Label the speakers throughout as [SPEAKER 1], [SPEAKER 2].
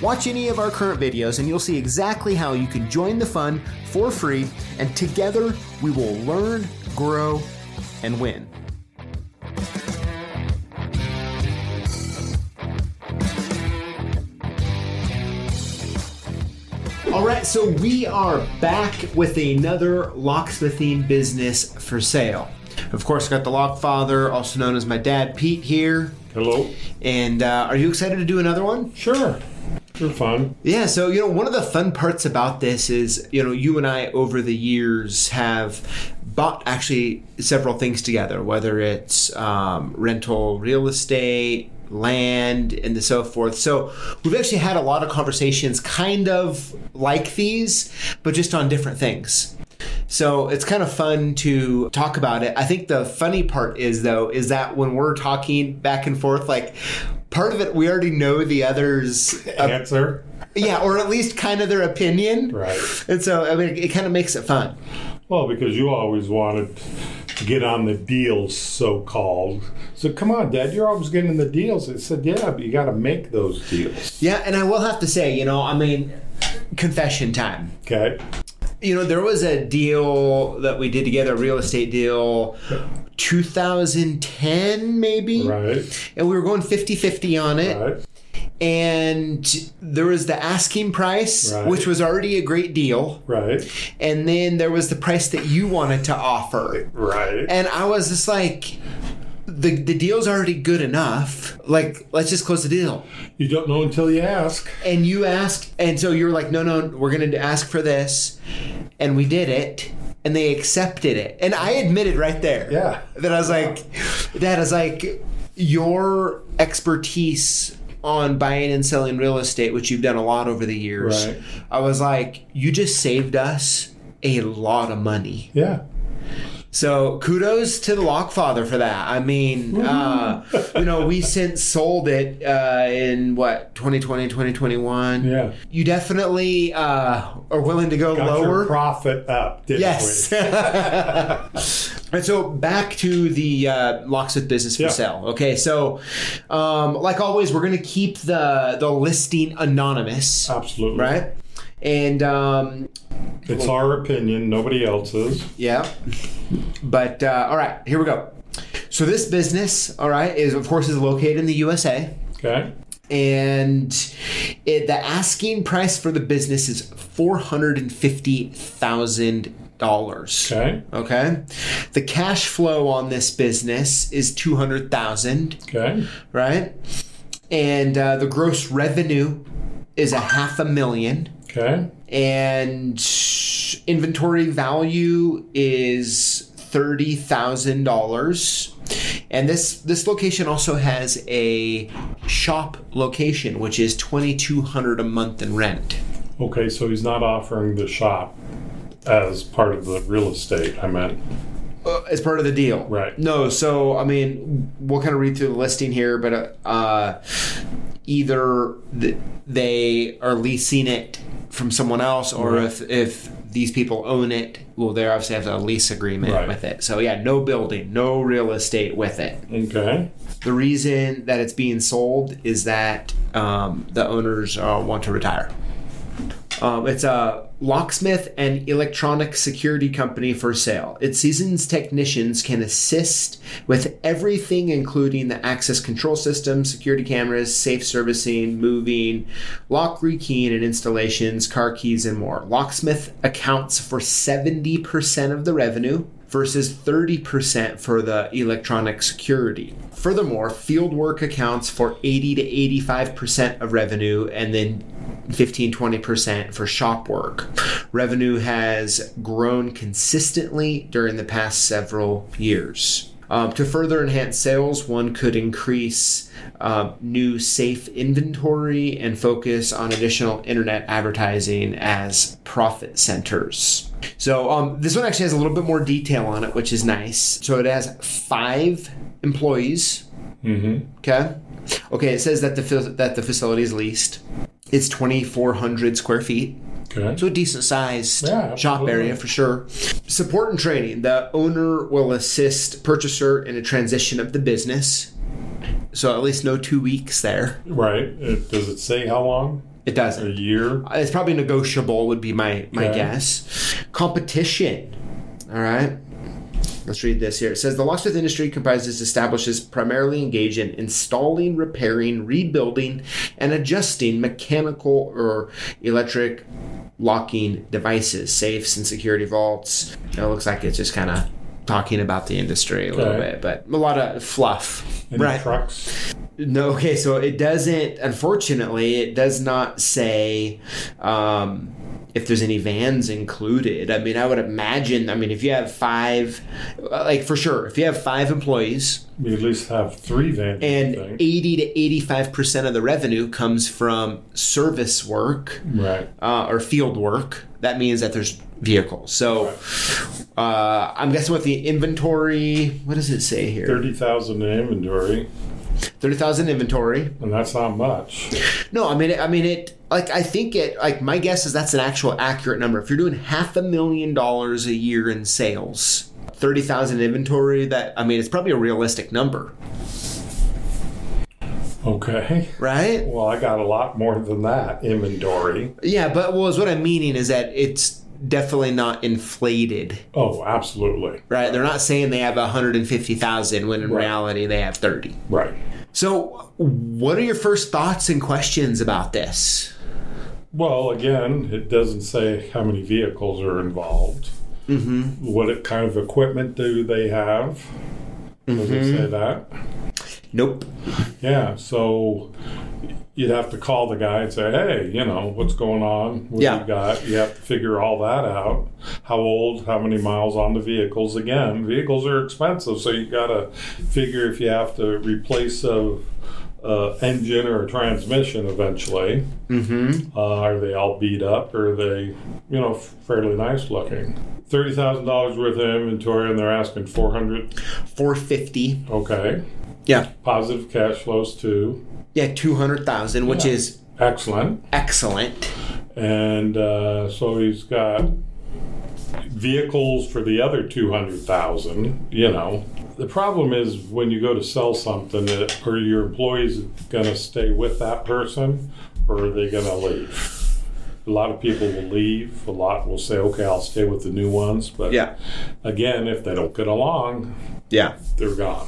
[SPEAKER 1] Watch any of our current videos, and you'll see exactly how you can join the fun for free, and together we will learn, grow, and win. All right, so we are back with another locksmithing business for sale. Of course, I got the lock father, also known as my dad, Pete, here.
[SPEAKER 2] Hello.
[SPEAKER 1] And uh, are you excited to do another one?
[SPEAKER 2] Sure. You're fun.
[SPEAKER 1] Yeah, so you know, one of the fun parts about this is, you know, you and I over the years have bought actually several things together, whether it's um, rental real estate, land, and the so forth. So we've actually had a lot of conversations kind of like these, but just on different things. So it's kind of fun to talk about it. I think the funny part is though is that when we're talking back and forth, like part of it we already know the other's uh,
[SPEAKER 2] Answer.
[SPEAKER 1] yeah, or at least kind of their opinion.
[SPEAKER 2] Right.
[SPEAKER 1] And so I mean, it kind of makes it fun.
[SPEAKER 2] Well, because you always wanted to get on the deals, so called. So come on, Dad, you're always getting the deals. I said, yeah, but you got to make those deals.
[SPEAKER 1] Yeah, and I will have to say, you know, I mean, confession time.
[SPEAKER 2] Okay.
[SPEAKER 1] You know, there was a deal that we did together, a real estate deal, 2010 maybe,
[SPEAKER 2] Right.
[SPEAKER 1] and we were going 50-50 on it.
[SPEAKER 2] Right.
[SPEAKER 1] and there was the asking price,
[SPEAKER 2] Right.
[SPEAKER 1] which was already a great deal,
[SPEAKER 2] Right.
[SPEAKER 1] and then there was the price that you wanted to offer.
[SPEAKER 2] Right.
[SPEAKER 1] And I was just like, the the deal's already good enough. Like, let's just close the deal.
[SPEAKER 2] You don't know until you ask.
[SPEAKER 1] And you asked, and so you were like, no, no, we're gonna ask for this, and we did it. And they accepted it, and I admitted right there.
[SPEAKER 2] Yeah.
[SPEAKER 1] that I was like, that is like your expertise on buying and selling real estate, which you've done a lot over the years.
[SPEAKER 2] Right.
[SPEAKER 1] I was like, you just saved us a lot of money.
[SPEAKER 2] Yeah.
[SPEAKER 1] So kudos to the Lockfather for that. I mean, uh, you know, we since sold it uh, in what 2020, 2021.
[SPEAKER 2] Yeah.
[SPEAKER 1] You definitely uh, are willing to go
[SPEAKER 2] Got
[SPEAKER 1] lower.
[SPEAKER 2] your profit up, didn't
[SPEAKER 1] Yes.
[SPEAKER 2] we?
[SPEAKER 1] and so back to the uh, locksmith business for
[SPEAKER 2] Yeah.
[SPEAKER 1] sale. Okay, so um, like always, we're gonna keep the the listing anonymous,
[SPEAKER 2] Absolutely.
[SPEAKER 1] right? And um,
[SPEAKER 2] It's our opinion, nobody else's.
[SPEAKER 1] yeah, but uh, all right, here we go. So this business, all right, is of course is located in the USA,
[SPEAKER 2] Okay.
[SPEAKER 1] and it, the asking price for the business is four hundred and fifty thousand dollars.
[SPEAKER 2] Okay.
[SPEAKER 1] Okay. The cash flow on this business is 200,000,
[SPEAKER 2] Okay.
[SPEAKER 1] right? And uh, the gross revenue is a half a million
[SPEAKER 2] Okay.
[SPEAKER 1] and inventory value is $30,000. And this this location also has a shop location which is 2200 a month in rent.
[SPEAKER 2] Okay, so he's not offering the shop as part of the real estate, I meant.
[SPEAKER 1] uh, as part of the deal.
[SPEAKER 2] Right.
[SPEAKER 1] No, so I mean, we'll kind of read through the listing here, but uh, uh, either th- they are leasing it from someone else, or if if these people own it, well, they obviously have a lease agreement
[SPEAKER 2] Right.
[SPEAKER 1] with it. So yeah, no building, no real estate with it.
[SPEAKER 2] Okay.
[SPEAKER 1] The reason that it's being sold is that um, the owners uh, want to retire. Um, it's a locksmith and electronic security company for sale. Its seasoned technicians can assist with everything, including the access control system, security cameras, safe servicing, moving, lock rekeying and installations, car keys, and more. Locksmith accounts for 70% of the revenue versus 30% for the electronic security. Furthermore, field work accounts for 80 to 85% of revenue and then 15 20% for shop work. Revenue has grown consistently during the past several years. Um, to further enhance sales, one could increase uh, new safe inventory and focus on additional internet advertising as profit centers. So, um, this one actually has a little bit more detail on it, which is nice. So, it has five employees. Mm-hmm. Okay. Okay, it says that the fa- that the facility is leased. It's 2,400 square feet.
[SPEAKER 2] Okay.
[SPEAKER 1] So a decent sized
[SPEAKER 2] Yeah,
[SPEAKER 1] shop
[SPEAKER 2] absolutely.
[SPEAKER 1] area for sure. Support and training. The owner will assist purchaser in a transition of the business. So at least no two weeks there.
[SPEAKER 2] right. It, does it say how long?
[SPEAKER 1] It
[SPEAKER 2] A
[SPEAKER 1] doesn't.
[SPEAKER 2] year?
[SPEAKER 1] It's probably negotiable would be my my
[SPEAKER 2] Okay.
[SPEAKER 1] guess. Competition. All right. Let's read this here. It says the locksmith industry comprises establishes primarily engaged in installing, repairing, rebuilding, and adjusting mechanical or electric locking devices, safes, and security vaults. It looks like it's just kind of talking about the industry a little
[SPEAKER 2] Okay.
[SPEAKER 1] bit, but a lot of fluff.
[SPEAKER 2] Any trucks?
[SPEAKER 1] No, okay, so it doesn't, unfortunately, it does not say um, if there's any vans included. I mean, I would imagine, I mean, if you have five, like for sure, if you have five employees
[SPEAKER 2] We at least have three vans. I
[SPEAKER 1] and
[SPEAKER 2] think.
[SPEAKER 1] 80 to 85% of the revenue comes from service work
[SPEAKER 2] right.
[SPEAKER 1] uh, or field work, that means that there's vehicles. So uh, I'm guessing with the inventory, what does it say here?
[SPEAKER 2] Thirty thousand in inventory,
[SPEAKER 1] 30,000 inventory.
[SPEAKER 2] and that's not much.
[SPEAKER 1] No, I mean, I mean it. Like, I think it. Like, my guess is that's an actual accurate number. If you're doing half a million dollars a year in sales, thirty thousand inventory. That I mean, it's probably a realistic number,
[SPEAKER 2] Okay.
[SPEAKER 1] right?
[SPEAKER 2] Well, I got a lot more than that inventory.
[SPEAKER 1] Yeah, but well, is what I'm meaning is that it's definitely not inflated,
[SPEAKER 2] Oh, absolutely.
[SPEAKER 1] right? They're not saying they have hundred and fifty thousand when in
[SPEAKER 2] Right.
[SPEAKER 1] reality they have thirty.
[SPEAKER 2] Right.
[SPEAKER 1] So, what are your first thoughts and questions about this?
[SPEAKER 2] Well, again, it doesn't say how many vehicles are involved. Mm-hmm. What kind of equipment do they have? Does it say that?
[SPEAKER 1] Nope.
[SPEAKER 2] Yeah. So you'd have to call the guy and say, "Hey, you know what's going on? What
[SPEAKER 1] Yeah.
[SPEAKER 2] you got? You have to figure all that out. How old? How many miles on the vehicles? Again, vehicles are expensive, so you got to figure if you have to replace a, a engine or a transmission eventually. Mm-hmm. Uh, are they all beat up? Or are they, you know, fairly nice looking? Thirty thousand dollars worth of inventory, and they're asking four hundred.
[SPEAKER 1] Four fifty.
[SPEAKER 2] Okay,
[SPEAKER 1] Yeah.
[SPEAKER 2] positive cash flows too.
[SPEAKER 1] Yeah. Two hundred thousand, which
[SPEAKER 2] Yeah.
[SPEAKER 1] is
[SPEAKER 2] Excellent.
[SPEAKER 1] excellent.
[SPEAKER 2] and uh, so he's got vehicles for the other 200,000, you know. The problem is when you go to sell something, that- are your employees going to stay with that person or are they going to leave? A lot of people will leave. A lot will say, okay, I'll stay with the new ones. But
[SPEAKER 1] Yeah.
[SPEAKER 2] again, if they don't get along,
[SPEAKER 1] Yeah.
[SPEAKER 2] they're gone.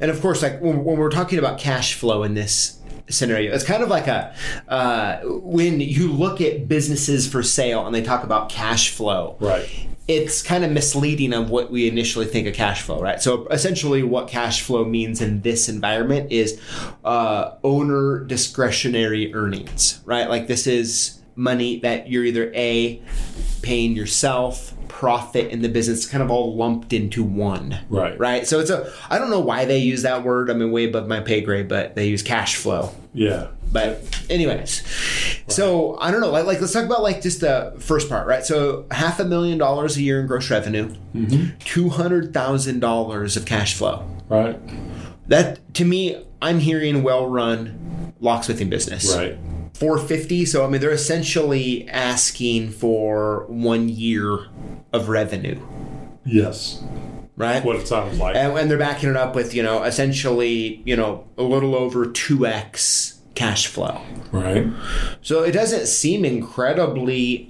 [SPEAKER 1] And of course, like when, when we're talking about cash flow in this scenario, it's kind of like a uh, when you look at businesses for sale and they talk about cash flow.
[SPEAKER 2] Right.
[SPEAKER 1] It's kind of misleading of what we initially think of cash flow, right? So essentially, what cash flow means in this environment is uh, owner discretionary earnings, right? Like this is money that you're either a paying yourself, profit in the business, kind of all lumped into one,
[SPEAKER 2] Right.
[SPEAKER 1] right? So it's a I don't know why they use that word. I mean, way above my pay grade, but they use cash flow.
[SPEAKER 2] Yeah.
[SPEAKER 1] But anyways, so I don't know. Like, like let's talk about like just the first part, right? So half a million dollars a year in gross revenue, hundred thousand dollars of cash flow.
[SPEAKER 2] Right.
[SPEAKER 1] That to me, I'm hearing well run locksmithing business.
[SPEAKER 2] Right.
[SPEAKER 1] 450 so i mean they're essentially asking for one year of revenue
[SPEAKER 2] Yes.
[SPEAKER 1] right
[SPEAKER 2] What it sounds like.
[SPEAKER 1] and, and they're backing it up with you know essentially you know a little over 2x cash flow
[SPEAKER 2] right.
[SPEAKER 1] so it doesn't seem incredibly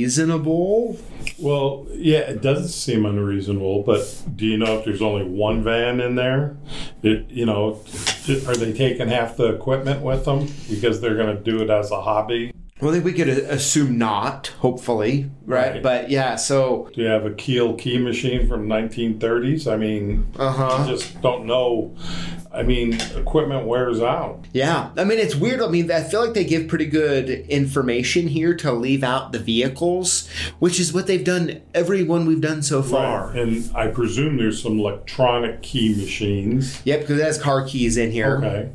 [SPEAKER 1] unreasonable
[SPEAKER 2] Well, yeah, it doesn't seem unreasonable, but do you know if there's only one van in there? It, you know, are they taking half the equipment with them because they're going to do it as a hobby?
[SPEAKER 1] Well, I think we could a- assume not, hopefully, right?
[SPEAKER 2] Right.
[SPEAKER 1] But yeah, so
[SPEAKER 2] Do you have a keel key machine from 1930s? I mean,
[SPEAKER 1] Uh-huh.
[SPEAKER 2] you just don't know. I mean, equipment wears out.
[SPEAKER 1] yeah, I mean it's weird. I mean, I feel like they give pretty good information here to leave out the vehicles, which is what they've done every one we've done so far.
[SPEAKER 2] And I presume there's some electronic key machines.
[SPEAKER 1] Yep, because it has car keys in here.
[SPEAKER 2] Okay.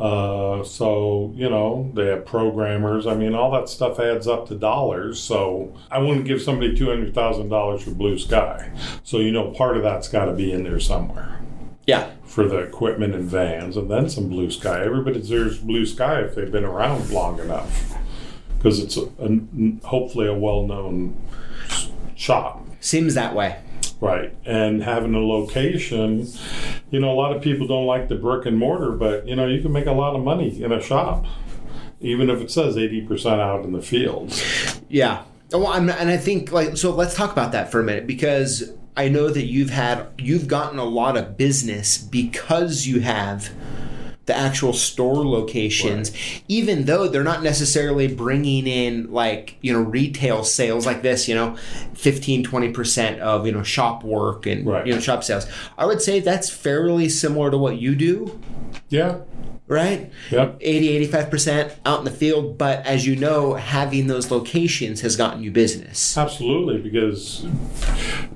[SPEAKER 2] Uh, so, you know, they have programmers. I mean, all that stuff adds up to dollars. So I wouldn't give somebody $200,000 for Blue Sky. So, you know, part of that's got to be in there somewhere.
[SPEAKER 1] Yeah.
[SPEAKER 2] for the equipment and vans, and then some blue sky. Everybody deserves blue sky if they've been around long enough, because it's a, a- hopefully a well-known s- shop,
[SPEAKER 1] Seems that way.
[SPEAKER 2] right? And having a location, you know, a lot of people don't like the brick and mortar, but you know, you can make a lot of money in a shop, even if it says eighty percent out in the field.
[SPEAKER 1] Yeah. Well, I'm, and I think like so. Let's talk about that for a minute because I know that you've had you've gotten a lot of business because you have the actual store locations, even though they're not necessarily bringing in like you know retail sales like this. You know, 15, 20 percent of you know shop work and
[SPEAKER 2] Right.
[SPEAKER 1] you know shop sales. I would say that's fairly similar to what you do,
[SPEAKER 2] Yeah,
[SPEAKER 1] right?
[SPEAKER 2] yep.
[SPEAKER 1] 80 85% out in the field but as you know having those locations has gotten you business
[SPEAKER 2] Absolutely, because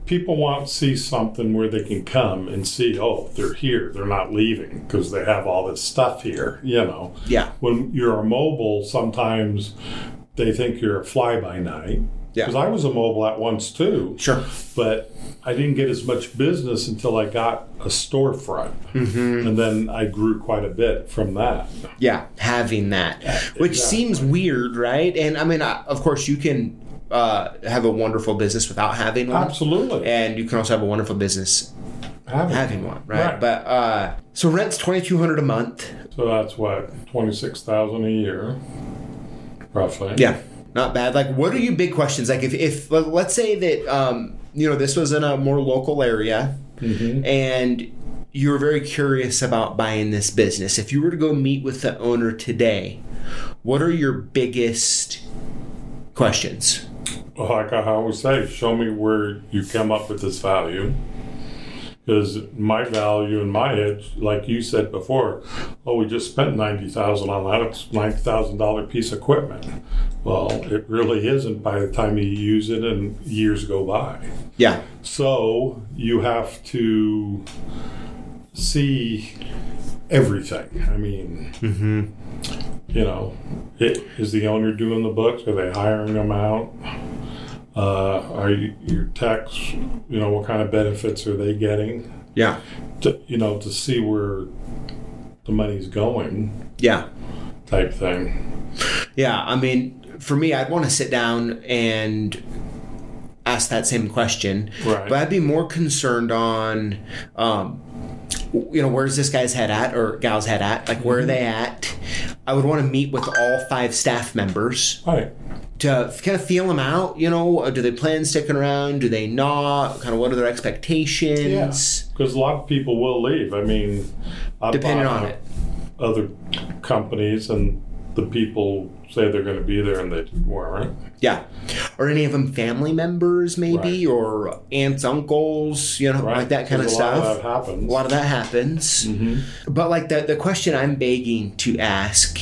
[SPEAKER 2] people want to see something where they can come and see, oh, they're here, they're not leaving because they have all this stuff here, you know.
[SPEAKER 1] yeah
[SPEAKER 2] When you're a mobile, sometimes they think you're a fly by night.
[SPEAKER 1] Yeah.
[SPEAKER 2] Because I was a mobile at once too.
[SPEAKER 1] sure
[SPEAKER 2] But I didn't get as much business until I got a storefront.
[SPEAKER 1] Mm-hmm.
[SPEAKER 2] And then I grew quite a bit from that.
[SPEAKER 1] yeah having that which seems weird right and i mean I, of course you can uh, have a wonderful business without having one
[SPEAKER 2] Absolutely.
[SPEAKER 1] and you can also have a wonderful business
[SPEAKER 2] Having-
[SPEAKER 1] having one right,
[SPEAKER 2] Right.
[SPEAKER 1] but uh, so rent's 2200 a month
[SPEAKER 2] So that's what, 26000 a year, roughly.
[SPEAKER 1] Yeah, not bad. Like, what are your big questions? Like, if, if let- let's say that um, you know this was in a more local area, and you were very curious about buying this business. If you were to go meet with the owner today, what are your biggest questions?
[SPEAKER 2] Well, like I always say, show me where you come up with this value. Because my value in my head, like you said before, oh, we just spent ninety thousand on that. It's ninety thousand dollar piece of equipment. Well, it really isn't by the time you use it, and years go by.
[SPEAKER 1] Yeah,
[SPEAKER 2] So you have to see everything. I mean, you know, it, is the owner doing the books? Are they hiring them out? Uh, are you, your tax? You know, what kind of benefits are they getting?
[SPEAKER 1] yeah,
[SPEAKER 2] To, you know, to see where the money's going,
[SPEAKER 1] yeah,
[SPEAKER 2] type thing.
[SPEAKER 1] yeah. I mean, for me, I'd want to sit down and ask that same question.
[SPEAKER 2] Right.
[SPEAKER 1] But I'd be more concerned on, um, you know, where's this guy's head at or gal's head at? Like, where are they
[SPEAKER 2] Mm-hmm.
[SPEAKER 1] at? I would want to meet with all five staff members
[SPEAKER 2] Right.
[SPEAKER 1] to kind of feel them out. You know, Uh, do they plan sticking around? Do they not? Kind of what are their expectations?
[SPEAKER 2] Because a lot of people will leave. I mean, I
[SPEAKER 1] Depending
[SPEAKER 2] bought
[SPEAKER 1] on
[SPEAKER 2] a-
[SPEAKER 1] it.
[SPEAKER 2] other companies and the people say they're going to be there and they weren't.
[SPEAKER 1] Yeah. Are any of them family members, maybe,
[SPEAKER 2] Right.
[SPEAKER 1] or aunts, uncles, you know,
[SPEAKER 2] Right?
[SPEAKER 1] like that kind of
[SPEAKER 2] Because
[SPEAKER 1] stuff?
[SPEAKER 2] A lot of that happens.
[SPEAKER 1] a lot of that happens. But like the the question I'm begging to ask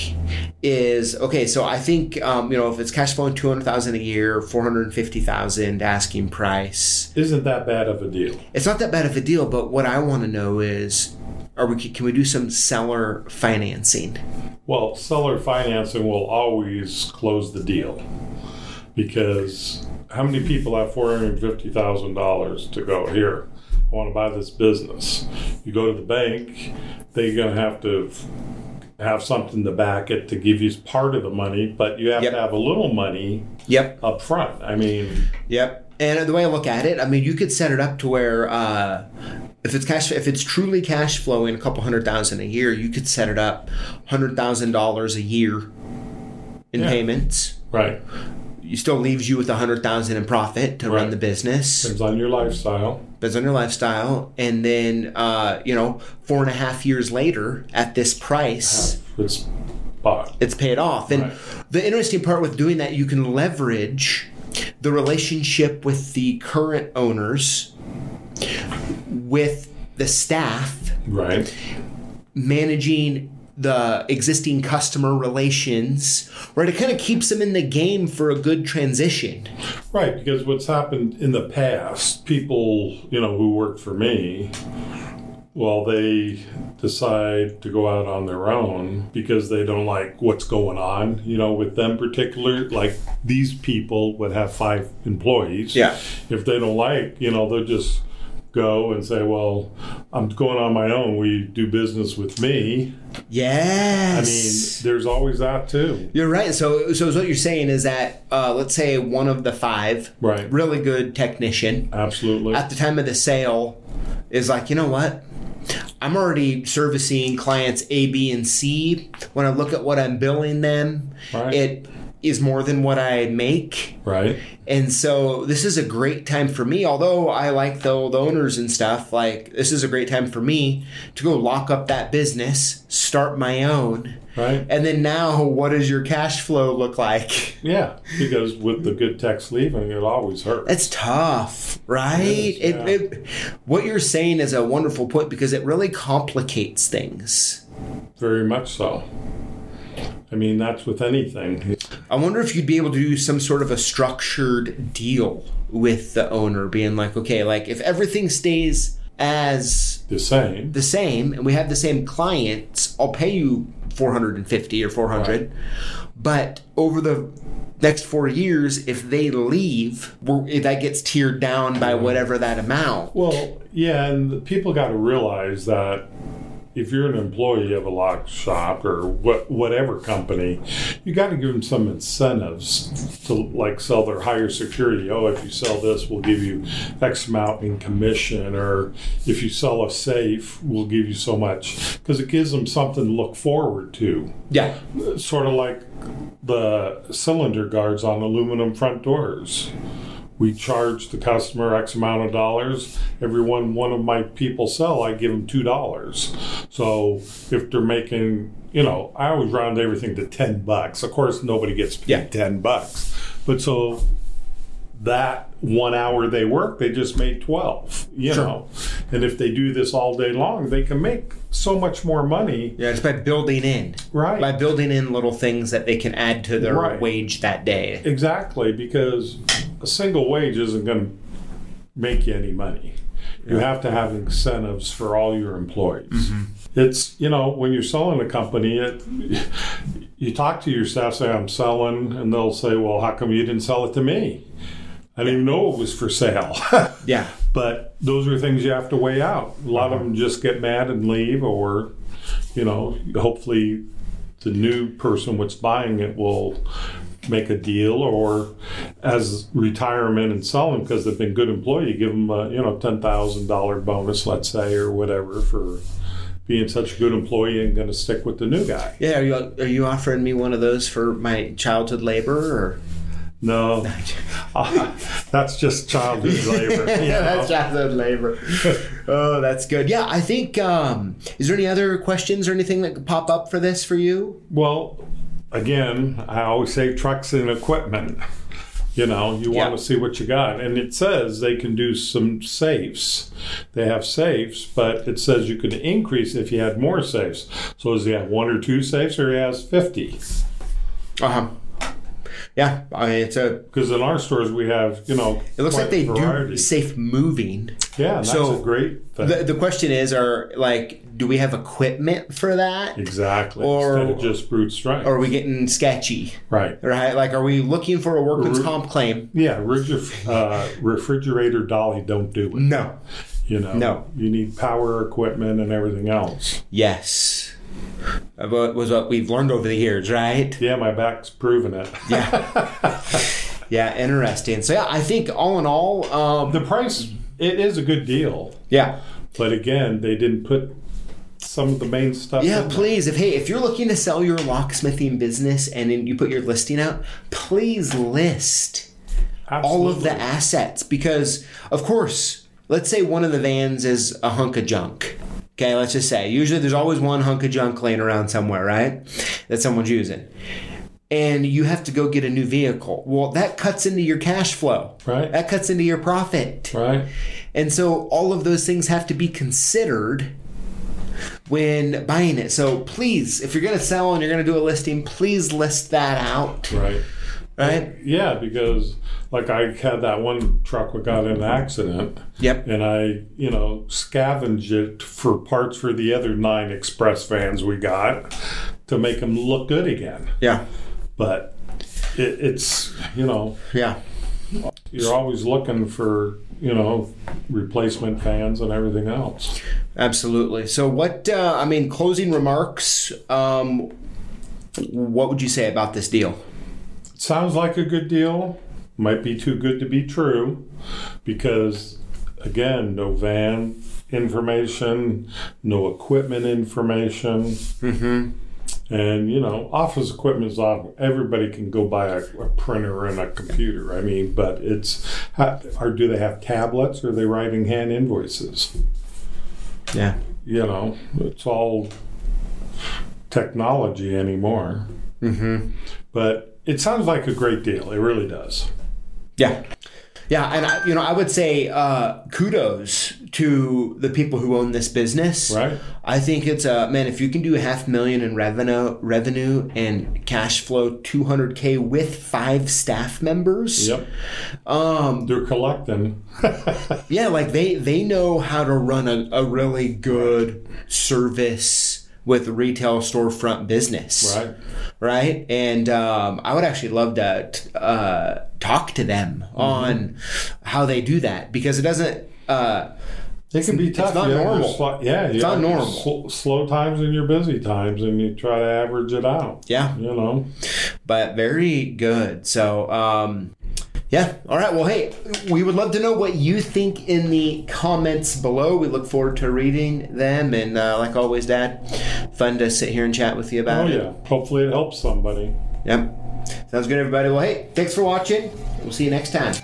[SPEAKER 1] is okay. So I think um, you know if it's cash flowing two hundred thousand a year, four hundred fifty thousand asking price,
[SPEAKER 2] Isn't that bad of a deal?
[SPEAKER 1] it's not that bad of a deal. But what I want to know is, are we can we do some seller financing?
[SPEAKER 2] Well, seller financing will always close the deal because how many people have $450,000 to go here? I want to buy this business. You go to the bank, they're going to have to f- have something to back it to give you part of the money, but you have
[SPEAKER 1] Yep.
[SPEAKER 2] to have a little money
[SPEAKER 1] Yep.
[SPEAKER 2] up front. I mean,
[SPEAKER 1] Yep. And the way I look at it, I mean, you could set it up to where uh, if it's cash, if it's truly cash flowing a couple hundred thousand a year, you could set it up hundred thousand dollars a year in
[SPEAKER 2] Yeah.
[SPEAKER 1] payments.
[SPEAKER 2] right.
[SPEAKER 1] You still leaves you with a hundred thousand in profit to run
[SPEAKER 2] Right.
[SPEAKER 1] the business,
[SPEAKER 2] Depends on your lifestyle.
[SPEAKER 1] depends on your lifestyle, and
[SPEAKER 2] Uh-huh.
[SPEAKER 1] then uh, you know four and a half years later at this price,
[SPEAKER 2] It's bought.
[SPEAKER 1] it's paid off. And
[SPEAKER 2] Right.
[SPEAKER 1] the interesting part with doing that, you can leverage the relationship with the current owners, with the staff,
[SPEAKER 2] Right.
[SPEAKER 1] managing the existing customer relations, right? It kind of keeps them in the game for a good transition.
[SPEAKER 2] Right, because what's happened in the past, people, you know, who work for me, well, they decide to go out on their own because they don't like what's going on, you know, with them particular. Like these people would have five employees.
[SPEAKER 1] Yeah.
[SPEAKER 2] If they don't like, you know, they'll just go and say, well, I'm going on my own. We do business with me. I mean,
[SPEAKER 1] Yes.
[SPEAKER 2] there's always that too.
[SPEAKER 1] you're right. So, so what you're saying is that, uh, let's say one of the five,
[SPEAKER 2] Right.
[SPEAKER 1] really good technician,
[SPEAKER 2] Absolutely.
[SPEAKER 1] at the time of the sale is like, you know what? I'm already servicing clients A, B, and C. When I look at what I'm billing them,
[SPEAKER 2] Right.
[SPEAKER 1] it is more than what I make.
[SPEAKER 2] Right.
[SPEAKER 1] And so this is a great time for me, although I like the old owners and stuff, like this is a great time for me to go lock up that business, start my own.
[SPEAKER 2] Right.
[SPEAKER 1] And then now what does your cash flow look like?
[SPEAKER 2] Yeah, because with the good techs leaving, it always hurts.
[SPEAKER 1] That's tough, right?
[SPEAKER 2] It is,
[SPEAKER 1] It- it- what you're saying is a wonderful point because it really complicates things.
[SPEAKER 2] Very much so. I mean, that's with anything.
[SPEAKER 1] I wonder if you'd be able to do some sort of a structured deal with the owner, being like, okay, like if everything stays as
[SPEAKER 2] The same.
[SPEAKER 1] the same and we have the same clients, I'll pay you 450 or 400. But over the next four years, if they leave, we're, that gets tiered down by whatever that amount.
[SPEAKER 2] Well, yeah, and the people got to realize that if you're an employee of a lock shop or what, whatever company, you got to give them some incentives to like sell their higher security. Oh, if you sell this, we'll give you X amount in commission, or if you sell a safe, we'll give you so much because it gives them something to look forward to.
[SPEAKER 1] Yeah.
[SPEAKER 2] sort of like the cylinder guards on aluminum front doors. We charge the customer X amount of dollars. Every one one of my people sell, I give them two dollars. So if they're making, you know, I always round everything to ten bucks. Of course, nobody gets paid
[SPEAKER 1] Yeah.
[SPEAKER 2] ten bucks, but so that one hour they work, they just made twelve. You
[SPEAKER 1] Sure.
[SPEAKER 2] know, and if they do this all day long, they can make so much more money.
[SPEAKER 1] Yeah, it's by building in.
[SPEAKER 2] Right.
[SPEAKER 1] By building in little things that they can add to their
[SPEAKER 2] Right.
[SPEAKER 1] wage that day.
[SPEAKER 2] Exactly, because a single wage isn't going to make you any money. You have to have incentives for all your employees. It's you know when you're selling a company, it you talk to your staff, say I'm selling, and they'll say, well, how come you didn't sell it to me? I didn't even know it was for sale.
[SPEAKER 1] Yeah.
[SPEAKER 2] but those are things you have to weigh out. A lot of them just get mad and leave, or you know, hopefully the new person what's buying it will make a deal, or as retirement and sell them because they've been good employee, you give them a you know ten thousand dollar bonus, let's say, or whatever for being such a good employee and going to stick with the new guy.
[SPEAKER 1] Yeah, are you are you offering me one of those for my childhood labor or
[SPEAKER 2] No, that's just childhood labor. you
[SPEAKER 1] Yeah,
[SPEAKER 2] know?
[SPEAKER 1] that's childhood labor. oh, that's good. Yeah, I think um is there any other questions or anything that could pop up for this for you?
[SPEAKER 2] Well, again, I always say trucks and equipment. You know, you
[SPEAKER 1] Yeah.
[SPEAKER 2] want to see what you got. And it says they can do some safes. They have safes, but it says you could increase if you had more safes. So does he have one or two safes or he has 50?
[SPEAKER 1] Uh-huh. Yeah, I mean, it's a
[SPEAKER 2] Because in our stores, we have, you know,
[SPEAKER 1] it looks like they do
[SPEAKER 2] variety.
[SPEAKER 1] safe moving.
[SPEAKER 2] Yeah, that's
[SPEAKER 1] so
[SPEAKER 2] a great thing.
[SPEAKER 1] The the question is are like do we have equipment for that?
[SPEAKER 2] exactly.
[SPEAKER 1] or-
[SPEAKER 2] Instead of just brute strength.
[SPEAKER 1] Or are we getting sketchy?
[SPEAKER 2] right.
[SPEAKER 1] Right? Like, are we looking for a workman's
[SPEAKER 2] Ru-
[SPEAKER 1] comp claim?
[SPEAKER 2] Yeah, refri- uh, refrigerator dolly don't do it.
[SPEAKER 1] No.
[SPEAKER 2] You know,
[SPEAKER 1] No.
[SPEAKER 2] you need power equipment and everything else.
[SPEAKER 1] Yes. Uh, What was what we've learned over the years, right?
[SPEAKER 2] Yeah, my back's proven it.
[SPEAKER 1] Yeah. yeah, interesting. So, yeah, I think all in all, um,
[SPEAKER 2] The price, it is a good deal,
[SPEAKER 1] yeah.
[SPEAKER 2] but again, they didn't put some of the main stuff.
[SPEAKER 1] Yeah,
[SPEAKER 2] in there.
[SPEAKER 1] please. If hey, if you're looking to sell your locksmithing business and then you put your listing out, please list all of the
[SPEAKER 2] Absolutely.
[SPEAKER 1] assets because, of course, let's say one of the vans is a hunk of junk. Okay, let's just say. Usually there's always one hunk of junk laying around somewhere, right? That someone's using. And you have to go get a new vehicle. Well, that cuts into your cash flow.
[SPEAKER 2] Right.
[SPEAKER 1] That cuts into your profit.
[SPEAKER 2] right?
[SPEAKER 1] And so all of those things have to be considered when buying it. So please, if you're going to sell and you're going to do a listing, please list that out,
[SPEAKER 2] Right.
[SPEAKER 1] right?
[SPEAKER 2] Yeah, because like I had that one truck that got in an accident.
[SPEAKER 1] Yep.
[SPEAKER 2] and I, you know, scavenged it for parts for the other nine express vans we got to make them look good again.
[SPEAKER 1] Yeah.
[SPEAKER 2] But it, it's, you know,
[SPEAKER 1] Yeah.
[SPEAKER 2] you're always looking for, you know, replacement vans and everything else.
[SPEAKER 1] Absolutely. So what uh, I mean closing remarks um what would you say about this deal?
[SPEAKER 2] It sounds like a good deal. Might be too good to be true because, again, no van information, no equipment information.
[SPEAKER 1] Mhm.
[SPEAKER 2] And you know, office equipment is off. Everybody can go buy a, a printer and a computer. I mean, but it's how, or do they have tablets? Or are they writing hand invoices?
[SPEAKER 1] Yeah.
[SPEAKER 2] You know, it's all technology anymore.
[SPEAKER 1] Mhm.
[SPEAKER 2] But it sounds like a great deal. It really does.
[SPEAKER 1] Yeah. Yeah, and I, you know, I would say uh, kudos to the people who own this business.
[SPEAKER 2] Right.
[SPEAKER 1] I think it's a man. If you can do a half million in revenue, revenue and cash flow, two hundred k with five staff members.
[SPEAKER 2] Yep.
[SPEAKER 1] Um.
[SPEAKER 2] They're collecting.
[SPEAKER 1] Yeah, like they they know how to run a, a really good service with retail storefront business.
[SPEAKER 2] right.
[SPEAKER 1] right? And um, I would actually love to uh, talk to them on how they do that because it doesn't. Uh,
[SPEAKER 2] It can be tough.
[SPEAKER 1] not
[SPEAKER 2] you have your
[SPEAKER 1] normal.
[SPEAKER 2] sli- yeah, it's
[SPEAKER 1] not normal.
[SPEAKER 2] slow times and your busy times, and you try to average it out.
[SPEAKER 1] yeah,
[SPEAKER 2] You know.
[SPEAKER 1] but very good. So. Um, yeah. All right. Well, hey, we would love to know what you think in the comments below. We look forward to reading them. And uh, like always, Dad, fun to sit here and chat with you
[SPEAKER 2] Oh
[SPEAKER 1] about it.
[SPEAKER 2] yeah. Hopefully it helps somebody.
[SPEAKER 1] Yep. Sounds good, everybody. Well, hey, thanks for watching. We'll see you next time.